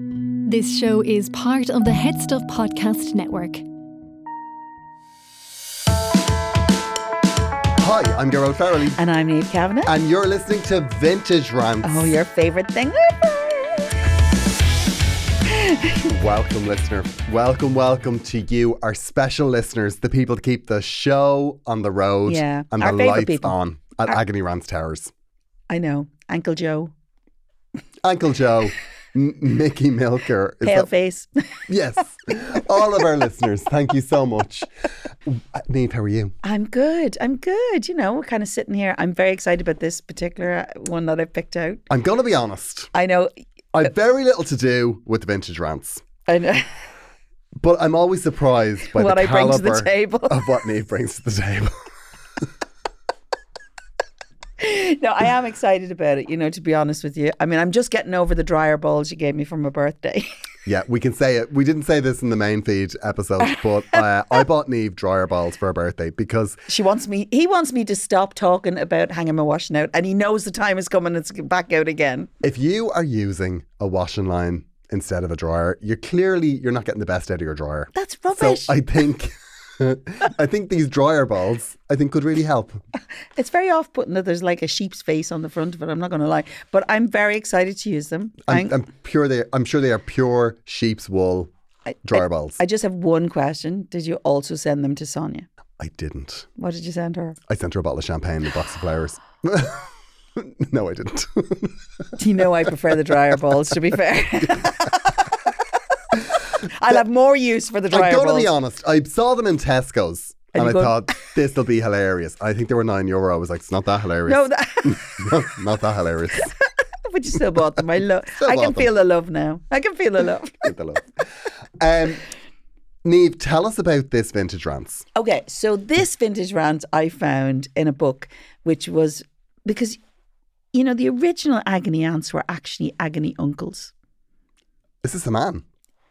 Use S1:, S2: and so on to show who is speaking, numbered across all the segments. S1: This show is part of the Head Stuff Podcast Network.
S2: Hi, I'm Gerald Farrelly,
S3: And I'm Neve Kavanagh.
S2: and you're listening to Vintage Rants.
S3: oh, your favorite thing ever.
S2: Welcome, listener. Welcome, welcome to you, our special listeners, the people that keep the show on the road
S3: Yeah,
S2: and
S3: our
S2: the
S3: favourite
S2: lights
S3: people.
S2: on at Agony Rants Towers.
S3: I know. Uncle Joe.
S2: Uncle Joe, M- Mickey Milker. is
S3: Pale
S2: that-
S3: face.
S2: yes. All of our listeners, thank you so much. Uh, Neve, how are you?
S3: I'm good. I'm good. You know, we're kind of sitting here. I'm very excited about this particular uh, one that I picked out.
S2: I'm going to be honest.
S3: I know.
S2: I've very little to do with Vintage Rants,
S3: I know
S2: but I'm always surprised by
S3: what
S2: the
S3: I bring to the
S2: caliber
S3: table.
S2: of what Neve brings to the table.
S3: no, I am excited about it, you know, to be honest with you. I mean, I'm just getting over the dryer balls you gave me for my birthday.
S2: Yeah, we can say it. We didn't say this in the main feed episode, but uh, I bought Neve dryer balls for her birthday because
S3: she wants me, he wants me to stop talking about hanging my washing out, and he knows the time is coming, it's back out again.
S2: if you are using a washing line instead of a dryer, you're clearly you're not getting the best out of your dryer.
S3: That's
S2: So
S3: rubbish.
S2: I think I think these dryer balls I think could really help.
S3: It's very off putting that there's like a sheep's face on the front of it. I'm not going to lie. But I'm very excited to use them.
S2: I'm,
S3: I,
S2: I'm pure they I'm sure they are pure sheep's wool dryer balls.
S3: I just have one question. Did you also send them to Sonia?
S2: I didn't.
S3: What did you send her?
S2: I sent her a bottle of champagne and a box of flowers. no, I didn't.
S3: Do you know I prefer the dryer balls, to be fair? I'll have more use for the dryer
S2: I'm going
S3: balls.
S2: to be honest. I saw them in Tesco's
S3: And
S2: and,
S3: you
S2: I
S3: go-
S2: thought this will be hilarious. I think they were nine euro. I was like, it's not that hilarious.
S3: no, that,
S2: not that hilarious.
S3: but you still bought them. I love.
S2: Still
S3: I
S2: bought
S3: can
S2: them.
S3: feel the love now. I can feel the love.
S2: With the love. um, Neve, tell us about this vintage rants.
S3: Okay, so this vintage rant I found in a book, which was because, you know, the original agony aunts were actually agony uncles.
S2: Is this a man?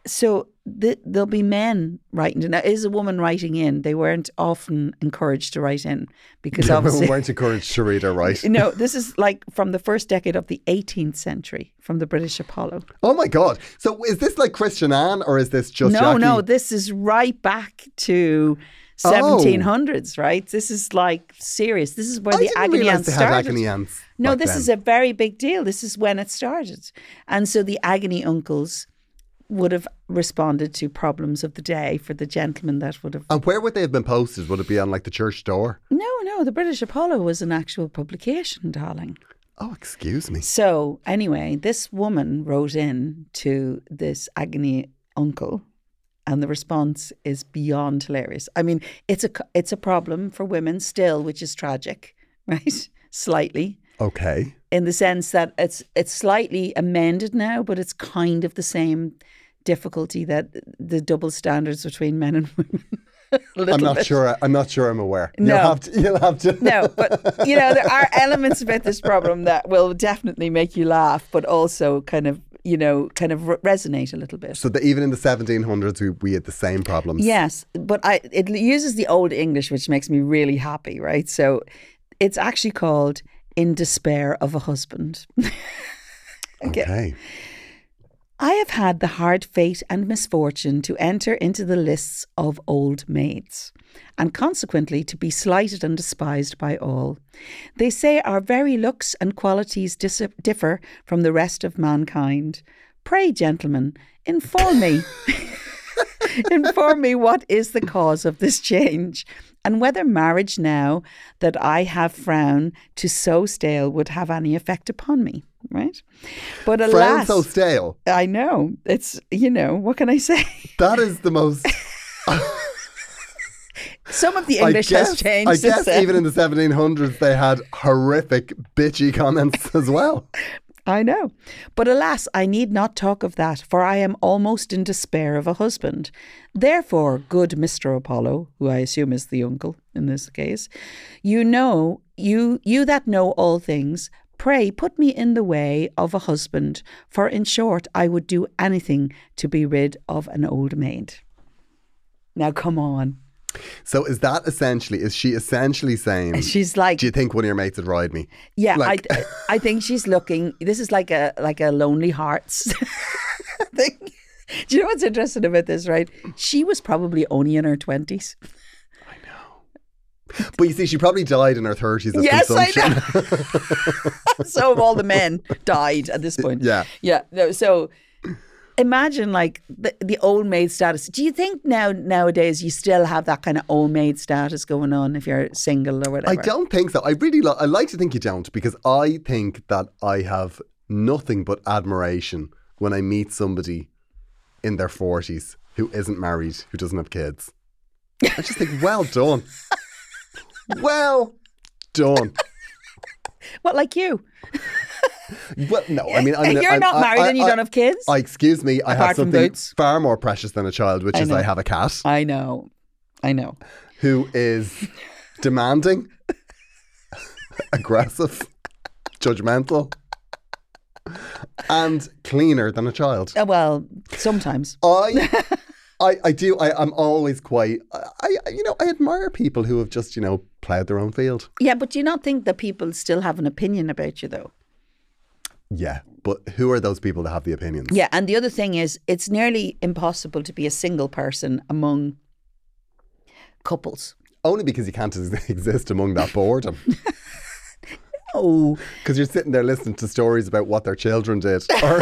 S3: So th- there'll be men writing in. Now, is a woman writing in? They weren't often encouraged to write in because
S2: We
S3: obviously,
S2: weren't encouraged to read or write.
S3: you know, this is like from the first decade of the 18th century from the British Apollo.
S2: Oh my God. So is this like Christian Anne or is this just
S3: no,
S2: Jackie?
S3: no, this is right back to.
S2: Oh.
S3: 1700s, right? This is like serious. This is where
S2: I
S3: the
S2: didn't
S3: agony
S2: realize
S3: aunt
S2: they had
S3: started.
S2: agony ants.
S3: No,
S2: back
S3: this
S2: then.
S3: is a very big deal. This is when it started. And so the agony uncles would have responded to problems of the day for the gentleman that would have.
S2: And where would they have been posted? Would it be on like the church door?
S3: No, no, the British Apollo was an actual publication, darling.
S2: Oh, excuse me.
S3: So, anyway, this woman wrote in to this agony uncle. And the response is beyond hilarious. I mean, it's a co- it's a problem for women still, which is tragic, right? Slightly,
S2: Okay.
S3: in the sense that it's it's slightly amended now, but it's kind of the same difficulty that the double standards between men and women. A
S2: I'm
S3: little
S2: not
S3: bit.
S2: sure. I'm not sure. I'm aware.
S3: No.
S2: You'll have to. You'll have to.
S3: No, but you know there are elements about this problem that will definitely make you laugh, but also kind of you know kind of re- resonate a little bit.
S2: So that even in the 1700s, we, we had the same problems.
S3: Yes, but I it uses the old English, which makes me really happy, right? So it's actually called "In Despair of a Husband."
S2: Okay.
S3: I have had the hard fate and misfortune to enter into the lists of old maids, and consequently to be slighted and despised by all. They say our very looks and qualities dis- differ from the rest of mankind. Pray, gentlemen, inform me. Inform me what is the cause of this change, and whether marriage now that I have frown to so stale would have any effect upon me. Right, but
S2: Frown
S3: alas,
S2: so stale.
S3: I know. It's, you know, what can I say?
S2: That is the most.
S3: Some of the
S2: I
S3: English
S2: guess,
S3: has changed
S2: I
S3: since
S2: guess
S3: then.
S2: even in the 1700s, they had horrific, bitchy comments as well.
S3: I know. But alas, I need not talk of that, for I am almost in despair of a husband. Therefore, good Mr. Apollo, who I assume is the uncle in this case, you know, you you that know all things, pray put me in the way of a husband, for in short, I would do anything to be rid of an old maid. Now come on.
S2: So is that essentially? Is she essentially saying?
S3: She's like
S2: Do you think one of your mates would ride me?
S3: Yeah,
S2: Like-
S3: I, I think she's looking. This is like a like a Lonely Hearts thing. Do you know what's interesting about this, right? She was probably only in her 20s.
S2: But you see, she probably died in her 30s of
S3: Yes, I
S2: consumption.
S3: so of all the men died at this point.
S2: Yeah.
S3: Yeah. No, so imagine like the, the old maid status. Do you think now nowadays you still have that kind of old maid status going on if you're single or whatever?
S2: I don't think so. I really li- I like to think you don't because I think that I have nothing but admiration when I meet somebody in their 40s who isn't married, who doesn't have kids. I just think, well done. well done.
S3: Well, like you.
S2: Well, no, I mean, I'm,
S3: You're
S2: I'm-
S3: not
S2: I-
S3: married
S2: I-
S3: and you
S2: I-
S3: don't have kids?
S2: I, excuse me, I
S3: Apart
S2: have
S3: from
S2: something
S3: boots.
S2: far more precious than a child, which
S3: I
S2: is
S3: know.
S2: I have a cat
S3: I know. I know.
S2: who is demanding, aggressive, judgmental, and cleaner than a child.
S3: Uh, well, sometimes.
S2: I, I, I do. I, I'm always quite. I, I, you know, I admire people who have just, you know, ploughed their own field.
S3: Yeah, but do you not think that people still have an opinion about you though?
S2: Yeah, but who are those people that have the opinions?
S3: Yeah, and the other thing is, it's nearly impossible to be a single person among couples.
S2: Only because you can't ex- exist among that boredom.
S3: Oh,
S2: Because you're sitting there listening to stories about what their children did. Or,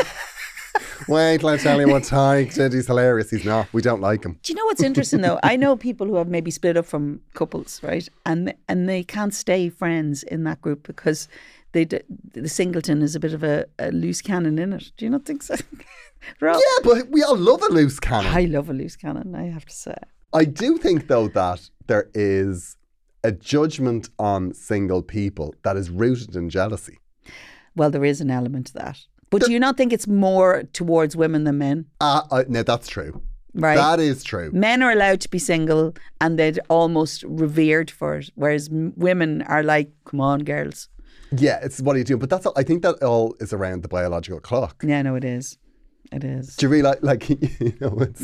S2: wait, let I tell you what Tyke did. He's hilarious. He's not. We don't like him.
S3: do you know what's interesting though? I know people who have maybe split up from couples, right? And and they can't stay friends in that group because they d- the singleton is a bit of a, a loose cannon in it. Do you not think so? Rob?
S2: Yeah, but we all love a loose cannon.
S3: I love a loose cannon. I have to say.
S2: I do think, though, that there is a judgment on single people that is rooted in jealousy.
S3: Well, there is an element to that. But do you not think it's more towards women than men?
S2: Uh, I, no, that's true.
S3: Right.
S2: That is true.
S3: men are allowed to be single and they're almost revered for it, whereas m- women are like, come on, girls.
S2: Yeah, it's what do you do? But that's all, I think that all is around the biological clock.
S3: Yeah, no, it is. It is.
S2: Do you realize, like, you know, it's,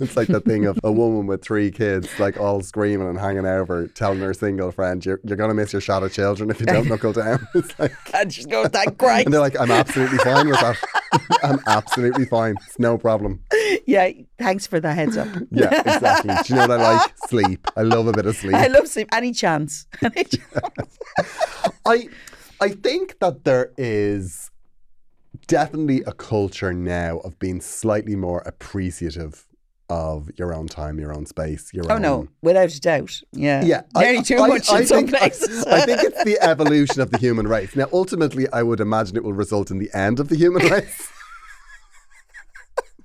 S2: it's like that thing of a woman with three kids, like all screaming and hanging over, telling her single friend, "You're, you're gonna miss your shot at children if you don't knuckle down." It's like,
S3: And she goes, that great.
S2: and they're like, "I'm absolutely fine with that. I'm absolutely fine. It's no problem."
S3: yeah, thanks for that heads up.
S2: Yeah, exactly. Do you know what I like? Sleep. I love a bit of sleep.
S3: I love sleep. Any chance. Any chance.
S2: I I think that there is definitely a culture now of being slightly more appreciative of your own time, your own space, your
S3: Oh,
S2: own
S3: no, without a doubt. Yeah.
S2: Yeah,
S3: Nearly too much in some
S2: think, I-
S3: places.
S2: I, think it's the evolution of the human race. Now, ultimately, I would imagine it will result in the end of the human race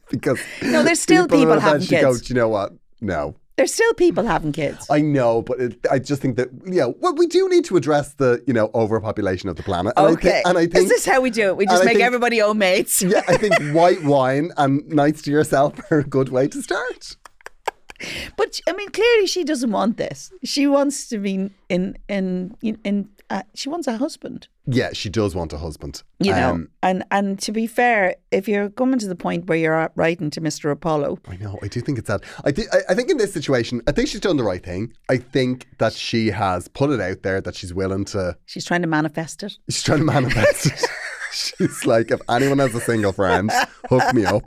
S2: because
S3: No, there's still people
S2: will
S3: having
S2: eventually
S3: kids.
S2: Go, Do you know what? No,
S3: There's still people having kids.
S2: I know, but it, I just think that yeah, well, we do need to address the you know overpopulation of the planet. And
S3: okay.
S2: I thi- and I think
S3: is this how we do it? We
S2: and
S3: just
S2: I
S3: make
S2: think-
S3: everybody old mates.
S2: yeah, I think white wine and nights to yourself are a good way to start.
S3: But I mean, clearly she doesn't want this. She wants to be in in in. in uh, she wants a husband,
S2: Yeah, she does want a husband.
S3: you know.
S2: Um,
S3: and and to be fair, if you're coming to the point where you're out writing to Mister Apollo,
S2: I know. I do think it's sad. I, thi- I I think in this situation, I think she's done the right thing. I think that she has put it out there that she's willing to.
S3: she's trying to manifest it.
S2: She's trying to manifest it. she's like, if anyone has a single friend, hook me up.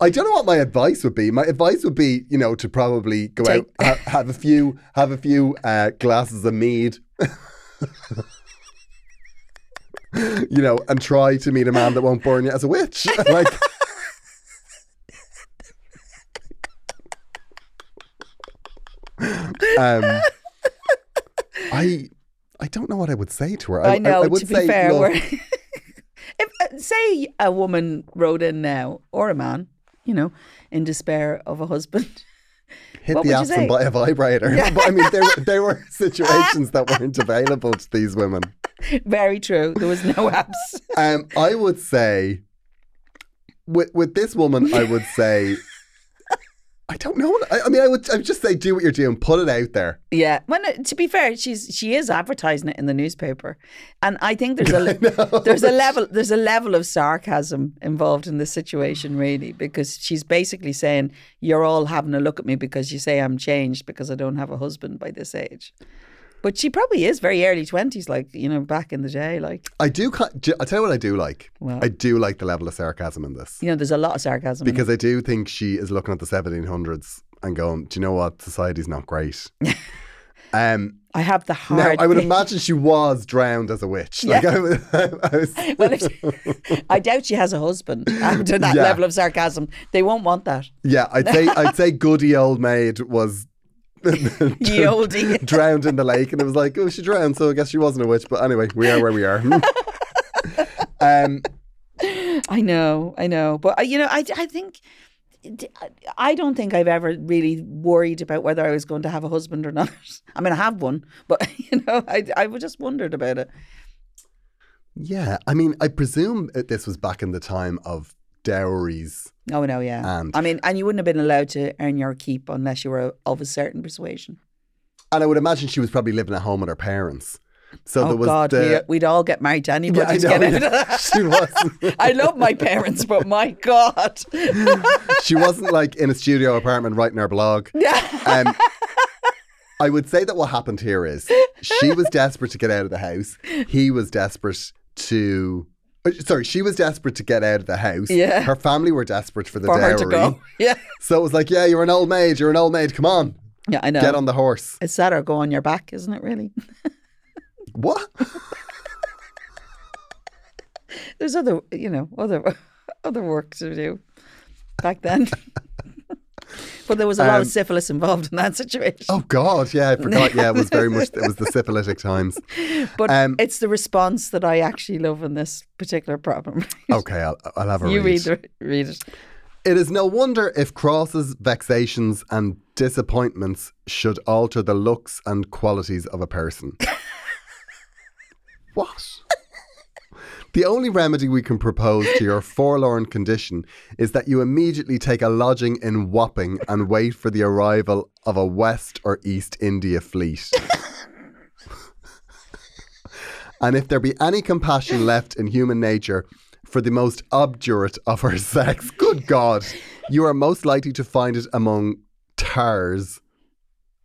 S2: I don't know what my advice would be. My advice would be, you know, to probably go
S3: Take-
S2: out, ha- have a few, have a few uh, glasses of mead. you know, and try to meet a man that won't burn you as a witch. like. um, I I don't know what I would say to her.
S3: I, know.
S2: would
S3: to be
S2: say,
S3: fair,
S2: look,
S3: we're if uh, say a woman wrote in now or a man, you know, in despair of a husband.
S2: hit
S3: what
S2: the
S3: would you
S2: abs
S3: say?
S2: and buy a vibrator. but I mean, there were, there were situations that weren't available to these women.
S3: Very true. There was no abs.
S2: Um, I would say, with with this woman, I would say, I don't know. I, I mean, I would I would just say, do what you're doing, put it out there.
S3: Yeah. Well, no, to be fair, she's she is advertising it in the newspaper, and I think there's a le- there's a level there's a level of sarcasm involved in this situation, really, because she's basically saying you're all having a look at me because you say I'm changed because I don't have a husband by this age. But she probably is very early 20s, like, you know, back in the day. Like,
S2: I do. ki- do- I tell you what I do like.
S3: What?
S2: I do like the level of sarcasm in this
S3: you know, there's a lot of sarcasm. in it.
S2: because I do think she is looking at the 1700s and going, "Do you know what? Society's not great." um.
S3: I have the
S2: Now,
S3: hard.
S2: I would
S3: thing.
S2: imagine she was drowned as a witch. Like, I, was- I was-
S3: Well, if she, I doubt she has a husband after that
S2: Yeah.
S3: level of sarcasm. They won't want that.
S2: yeah, I'd say I'd say goody old maid was
S3: Ye olde.
S2: drowned in the lake, and it was like, oh, she drowned, so I guess she wasn't a witch. But anyway, we are where we are. um,
S3: I know, I know. But, uh, you know, I, I think, I don't think I've ever really worried about whether I was going to have a husband or not. I mean, I have one, but, you know, I, I just wondered about it.
S2: yeah, I mean, I presume that this was back in the time of dowries.
S3: Oh, no, yeah.
S2: And-
S3: I mean, and you wouldn't have been allowed to earn your keep unless you were of a certain persuasion.
S2: And I would imagine she was probably living at home with her parents. So there
S3: oh,
S2: was
S3: God,
S2: the.
S3: we, we'd all get married to anybody.
S2: Yeah, I
S3: to
S2: know,
S3: get out
S2: yeah.
S3: of that.
S2: She wasn't.
S3: I love my parents, but my God.
S2: She wasn't like in a studio apartment writing her blog. Um, I would say that what happened here is she was desperate to get out of the house. He was desperate to. uh, Sorry, she was desperate to get out of the house.
S3: Yeah.
S2: Her family were desperate for the
S3: for
S2: dowry.
S3: her to go. Yeah.
S2: So it was like, yeah, you're an old maid. You're an old maid. Come on,
S3: Yeah, I know.
S2: get on the horse.
S3: It's that or go on your back, isn't it, really?
S2: What?
S3: There's other, you know, other other work to do back then. but there was a lot
S2: Um,
S3: of syphilis involved in that situation.
S2: Oh God, yeah, I forgot. Yeah, it was very much. It was the syphilitic times.
S3: but
S2: um,
S3: it's the response that I actually love in this particular problem.
S2: Okay, I'll, I'll have a
S3: you read,
S2: read.
S3: the, read it.
S2: It is no wonder if crosses, vexations, and disappointments should alter the looks and qualities of a person. what? The only remedy we can propose to your forlorn condition is that you immediately take a lodging in Wapping and wait for the arrival of a West or East India fleet. and if there be any compassion left in human nature for the most obdurate of her sex, good God, you are most likely to find it among tars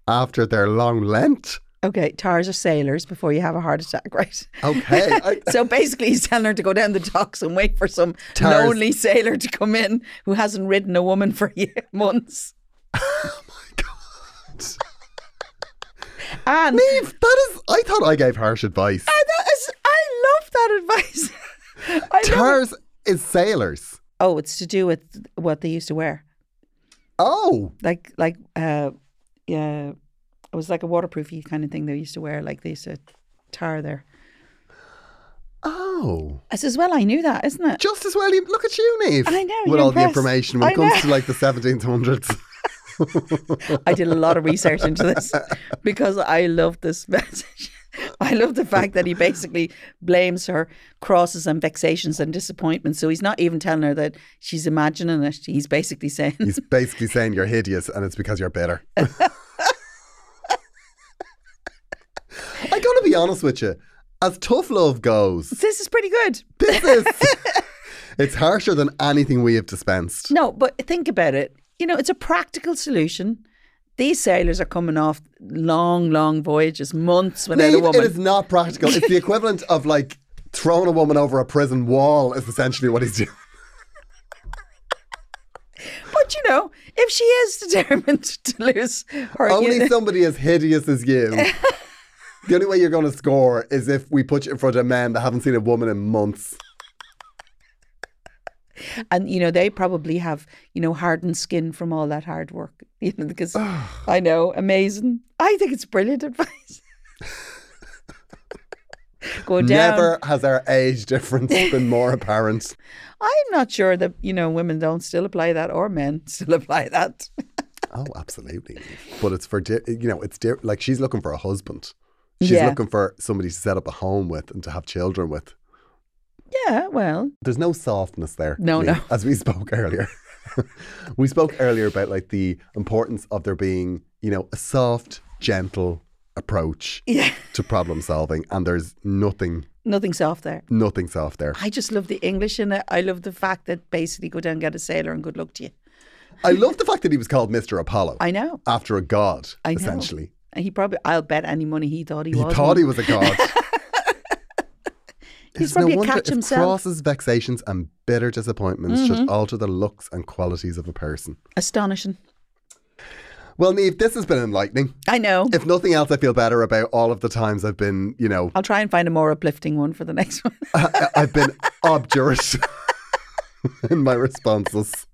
S2: after their long Lent.
S3: Okay, tars are sailors before you have a heart attack, right?
S2: Okay. I-
S3: So basically, he's telling her to go down the docks and wait for some
S2: Tars.
S3: lonely sailor to come in who hasn't ridden a woman for year, months. oh my god! And
S2: Eve, that is. I thought I gave harsh advice.
S3: I, that is, I love that advice. I love it.
S2: Tars is sailors.
S3: Oh, it's to do with what they used to wear,
S2: Oh,
S3: like like uh, yeah, it was like a waterproofy kind of thing they used to wear, like they used to tar there.
S2: oh.
S3: I says, well, I knew that, isn't it?
S2: Just as well, you look at you, Neve.
S3: I know,
S2: With
S3: you're
S2: all the
S3: impressed.
S2: information when
S3: I
S2: it comes
S3: know.
S2: to like the 1700s.
S3: I did a lot of research into this because I love this message. I love the fact that he basically blames her crosses and vexations and disappointments. So he's not even telling her that she's imagining it. He's basically saying,
S2: He's basically saying you're hideous and it's because you're bitter. I gotta be honest with you. As tough love goes,
S3: "This is pretty good."
S2: this is. it's harsher than anything we have dispensed.
S3: No, but think about it. You know, it's a practical solution. These sailors are coming off long, long voyages, months without a
S2: Neve,
S3: woman.
S2: it is not practical. It's the equivalent of like throwing a woman over a prison wall, is essentially what he's doing.
S3: But you know, if she is determined to lose her,
S2: Only somebody as hideous as you. the only way you're going to score is if we put you in front of men that haven't seen a woman in months.
S3: and you know they probably have you know hardened skin from all that hard work you know because i know amazing i think it's brilliant advice go down
S2: Never has our age difference been more apparent.
S3: i'm not sure that you know women don't still apply that or men still apply that
S2: Oh, absolutely. But it's for di- you know, it's di- like she's looking for a husband. She's
S3: Yeah.
S2: looking for somebody to set up a home with and to have children with.
S3: yeah well
S2: There's no softness there.
S3: No,
S2: Niamh,
S3: no.
S2: As we spoke earlier, we spoke earlier about like the importance of there being, you know, a soft, gentle approach
S3: yeah
S2: to problem solving, and there's nothing,
S3: nothing soft there
S2: nothing soft there.
S3: i just love the english in it i love the fact that basically go down and get a sailor and good luck to you
S2: I love the fact that he was called Mister Apollo
S3: i know
S2: after a god,
S3: I know.
S2: essentially.
S3: He probably, I'll bet any money he thought he,
S2: He
S3: was.
S2: thought he was a god. It's
S3: probably a
S2: no wonder
S3: catch
S2: if
S3: himself. Mm-hmm.
S2: Crosses, vexations, and bitter disappointments should alter the looks and qualities of a person.
S3: Astonishing.
S2: Well, Neve, this has been enlightening.
S3: I know.
S2: If nothing else, I feel better about all of the times I've been, you know,
S3: I'll try and find a more uplifting one for the next one.
S2: I, I've been obdurate in my responses.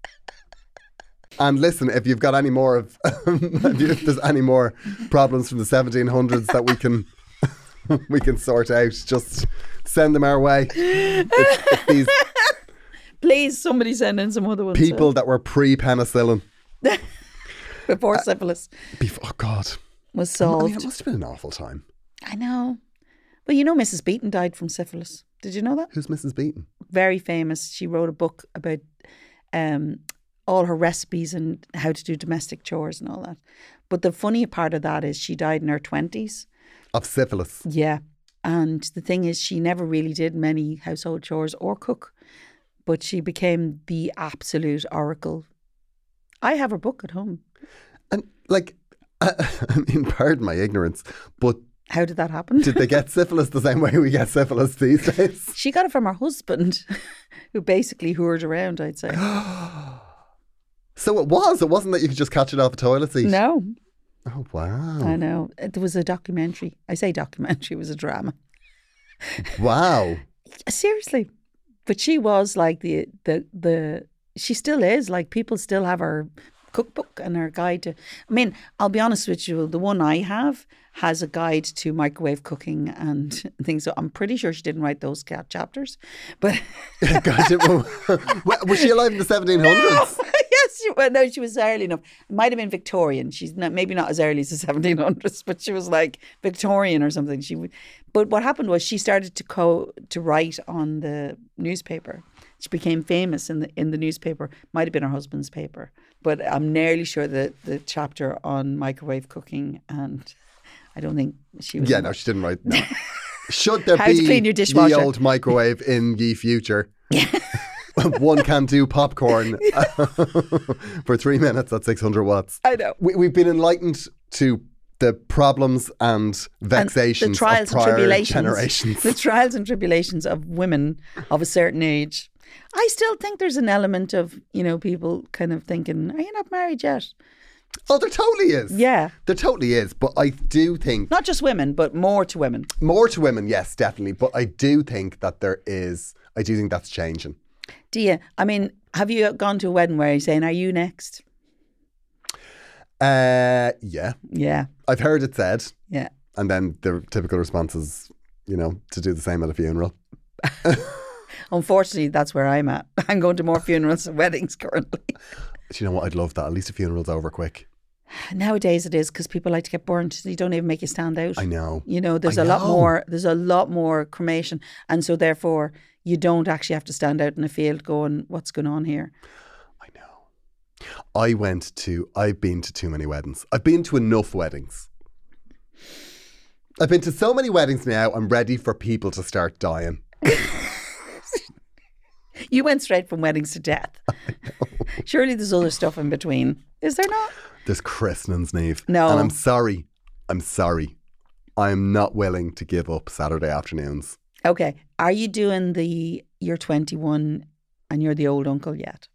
S2: And listen, if you've got any more of, if you- if there's any more problems from the 1700s that we can, we can sort out, just send them our way. If, if these
S3: Please, somebody send in some other ones. uh,
S2: people that were pre-penicillin
S3: before syphilis
S2: before, oh God,
S3: was
S2: I mean,
S3: solved.
S2: it must have been an awful time.
S3: I know. But you know, Mrs. Beaton died from syphilis. Did you know that?
S2: Who's Mrs. Beaton?
S3: Very famous. She wrote a book about um, all her recipes and how to do domestic chores and all that. But the funny part of that is she died in her 20s.
S2: Of syphilis.
S3: Yeah. And the thing is, she never really did many household chores or cook, but she became the absolute oracle. I have her book at home.
S2: And like, I, I mean, pardon my ignorance, but
S3: How did that happen?
S2: did they get syphilis the same way we get syphilis these days?
S3: She got it from her husband, who basically hoored around, I'd say.
S2: So it was. It wasn't that you could just catch it off a toilet seat.
S3: No,
S2: Oh wow!
S3: I know. Uh, There was a documentary. I say documentary, it was a drama.
S2: Wow.
S3: Seriously. But she was like the, the, the, she still is. Like people still have her cookbook and her guide to, I mean, I'll be honest with you, the one I have has a guide to microwave cooking and things. So I'm pretty sure she didn't write those cat chapters. But
S2: God, it wa- Wa- was she alive in the 1700s?
S3: yes, she, well, no, she was early enough. It might have been Victorian. She's not, maybe not as early as the 1700s, but she was like Victorian or something. She, would- but what happened was she started to co to write on the newspaper. She became famous in the in the newspaper. Might have been her husband's paper, but I'm nearly sure that the chapter on microwave cooking and I don't think she was.
S2: Yeah,
S3: in
S2: no,
S3: that.
S2: she didn't write. No. Should there
S3: How to
S2: be
S3: clean your
S2: ye
S3: dishwasher.
S2: old microwave in ye future? One can do popcorn for three minutes at 600 watts.
S3: I know.
S2: We, we've been enlightened to the problems and
S3: and
S2: vexations
S3: the trials
S2: of prior
S3: and tribulations,
S2: generations.
S3: the trials and tribulations of women of a certain age. I still think there's an element of you know people kind of thinking, "Are you not married yet?"
S2: Oh, there totally is.
S3: Yeah,
S2: There totally is. But I do think
S3: not just women, but more to women.
S2: more to women, yes, definitely. But I do think that there is, I do think that's changing.
S3: Do you? I mean, have you gone to a wedding where you're saying, "Are you next?"
S2: Uh, yeah,
S3: Yeah,
S2: I've heard it said,
S3: yeah.
S2: and then the typical response is, you know, to do the same at a funeral.
S3: Unfortunately, that's where I'm at. I'm going to more funerals and weddings currently.
S2: Do you know what? I'd love that. At least a funeral's over quick.
S3: Nowadays, it is because people like to get burnt. so They don't even make you stand out.
S2: I know.
S3: You know, there's
S2: I
S3: a lot
S2: know.
S3: more. There's a lot more cremation, and so therefore, you don't actually have to stand out in a field going, "What's going on here?"
S2: I know. I went to, I've been to too many weddings. I've been to enough weddings. I've been to so many weddings now, I'm ready for people to start dying.
S3: You went straight from weddings to death. Surely, there's other stuff in between, is there not?
S2: There's christenings, Neve.
S3: No.
S2: And I'm sorry. I'm sorry. I am not willing to give up Saturday afternoons.
S3: Okay, are you doing the you're 21 and you're the old uncle yet?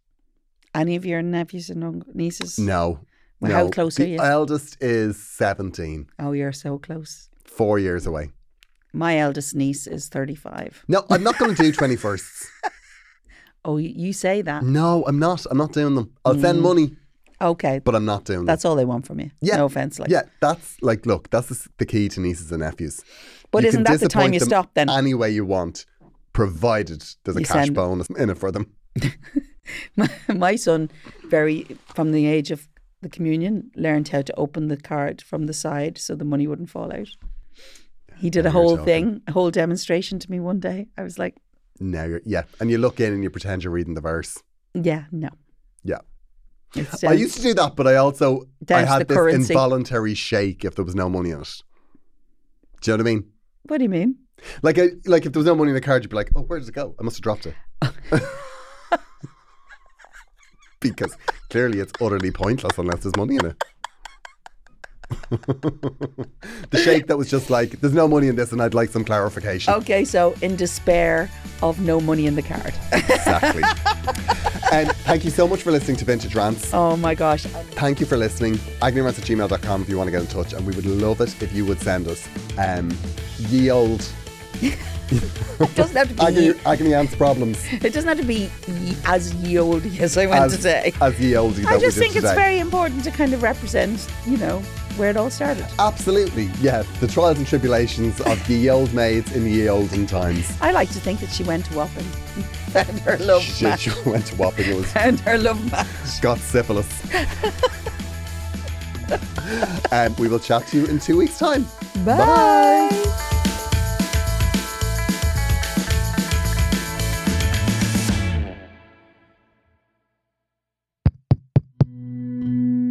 S3: Any of your nephews and unc- nieces?
S2: No.
S3: Well, how
S2: no.
S3: close
S2: the
S3: are you?
S2: eldest is 17,
S3: Oh, you're so close.
S2: four years away.
S3: My eldest niece is 35.
S2: No, I'm not going to do 21sts.
S3: Oh, y- you say that?
S2: No, I'm not. I'm not doing them. I'll
S3: Mm.
S2: send money,
S3: Okay,
S2: but I'm not doing
S3: that's all they want from you.
S2: Yeah.
S3: No offense, like.
S2: them. Yeah, that's like, look, that's the s- the key to nieces and nephews.
S3: But
S2: You
S3: isn't
S2: can
S3: that the time
S2: disappoint
S3: you
S2: them
S3: stop then?
S2: Any way you want, provided there's a
S3: You
S2: cash
S3: send-
S2: bonus in it for them.
S3: my, my son very from the age of the communion learned how to open the card from the side so the money wouldn't fall out he did a
S2: Now you're
S3: whole
S2: talking.
S3: thing a whole demonstration to me one day i was like
S2: Now you're, yeah. And you look in and you pretend you're reading the verse.
S3: yeah no
S2: Yeah.
S3: it's,
S2: I
S3: um,
S2: used to do that, but I also I
S3: Down to
S2: had
S3: the
S2: this
S3: currency.
S2: involuntary shake if there was no money in it. Do you know what I mean?
S3: what do you mean
S2: Like, I, like if there was no money in the card, you'd be like, "Oh, where did it go? I must have dropped it," because clearly it's utterly pointless unless there's money in it. the shake that was just like, there's no money in this and I'd like some clarification.
S3: Okay, so in despair of no money in the card.
S2: Exactly. and thank you so much for listening to Vintage Rants.
S3: oh my gosh.
S2: Thank you for listening. Agneyrants at gmail.com if you want to get in touch. And we would love it if you would send us um, ye old
S3: It doesn't have to be
S2: agony, agony ants problems
S3: it doesn't have to be ye- as ye old as I went
S2: as,
S3: today.
S2: as ye oldie that
S3: I
S2: we
S3: just
S2: did
S3: think it's
S2: today.
S3: very important to kind of represent, you know, where it all started.
S2: Absolutely, yeah. The trials and tribulations of ye old maids in ye olden times.
S3: I like to think that she went to Wapping and found her love
S2: She,
S3: match.
S2: she went to Wapping. It was
S3: Found her love match.
S2: got syphilis. and we will chat to you in two weeks' time.
S3: Bye.